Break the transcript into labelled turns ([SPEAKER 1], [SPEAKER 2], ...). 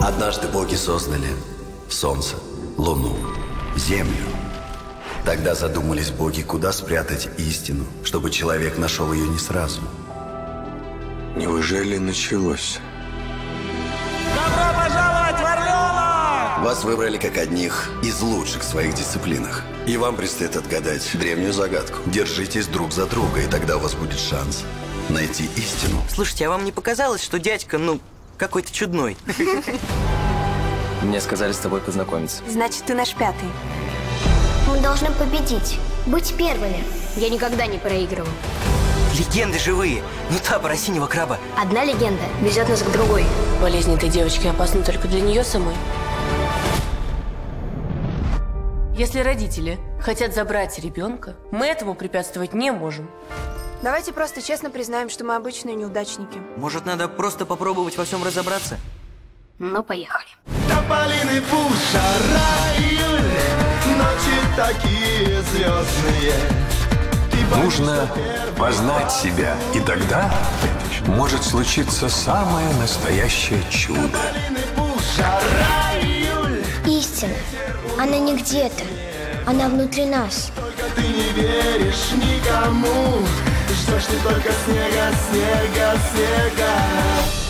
[SPEAKER 1] Однажды боги создали солнце, луну, землю. Тогда задумались боги, куда спрятать истину, чтобы человек нашел ее не сразу.
[SPEAKER 2] Неужели началось?
[SPEAKER 3] Добро пожаловать в Орлёва!
[SPEAKER 1] Вас выбрали как одних из лучших в своих дисциплинах. И вам предстоит отгадать древнюю загадку. Держитесь друг за друга, и тогда у вас будет шанс найти истину.
[SPEAKER 4] Слушайте, а вам не показалось, что дядька, ну, какой-то чудной?
[SPEAKER 5] Мне сказали с тобой познакомиться.
[SPEAKER 6] Значит, ты наш пятый.
[SPEAKER 7] Мы должны победить, быть первыми. Я никогда не проигрывал.
[SPEAKER 4] Легенды живые. Ну та про синего краба.
[SPEAKER 7] Одна легенда везет нас к другой.
[SPEAKER 8] Болезнь этой девочки опасна только для нее самой. Если родители хотят забрать ребенка, мы этому препятствовать не можем.
[SPEAKER 6] Давайте просто честно признаем, что мы обычные неудачники.
[SPEAKER 4] Может, надо просто попробовать во всем разобраться?
[SPEAKER 7] Ну, поехали.
[SPEAKER 9] Тополины пуша, июль Ночи такие звездные
[SPEAKER 2] Нужно познать себя, и тогда может случиться самое настоящее чудо.
[SPEAKER 9] Тополины пуша, июль
[SPEAKER 7] Истина. Она не где-то. Она внутри нас.
[SPEAKER 9] Только ты не веришь никому Ждешь ты только снега, снега, снега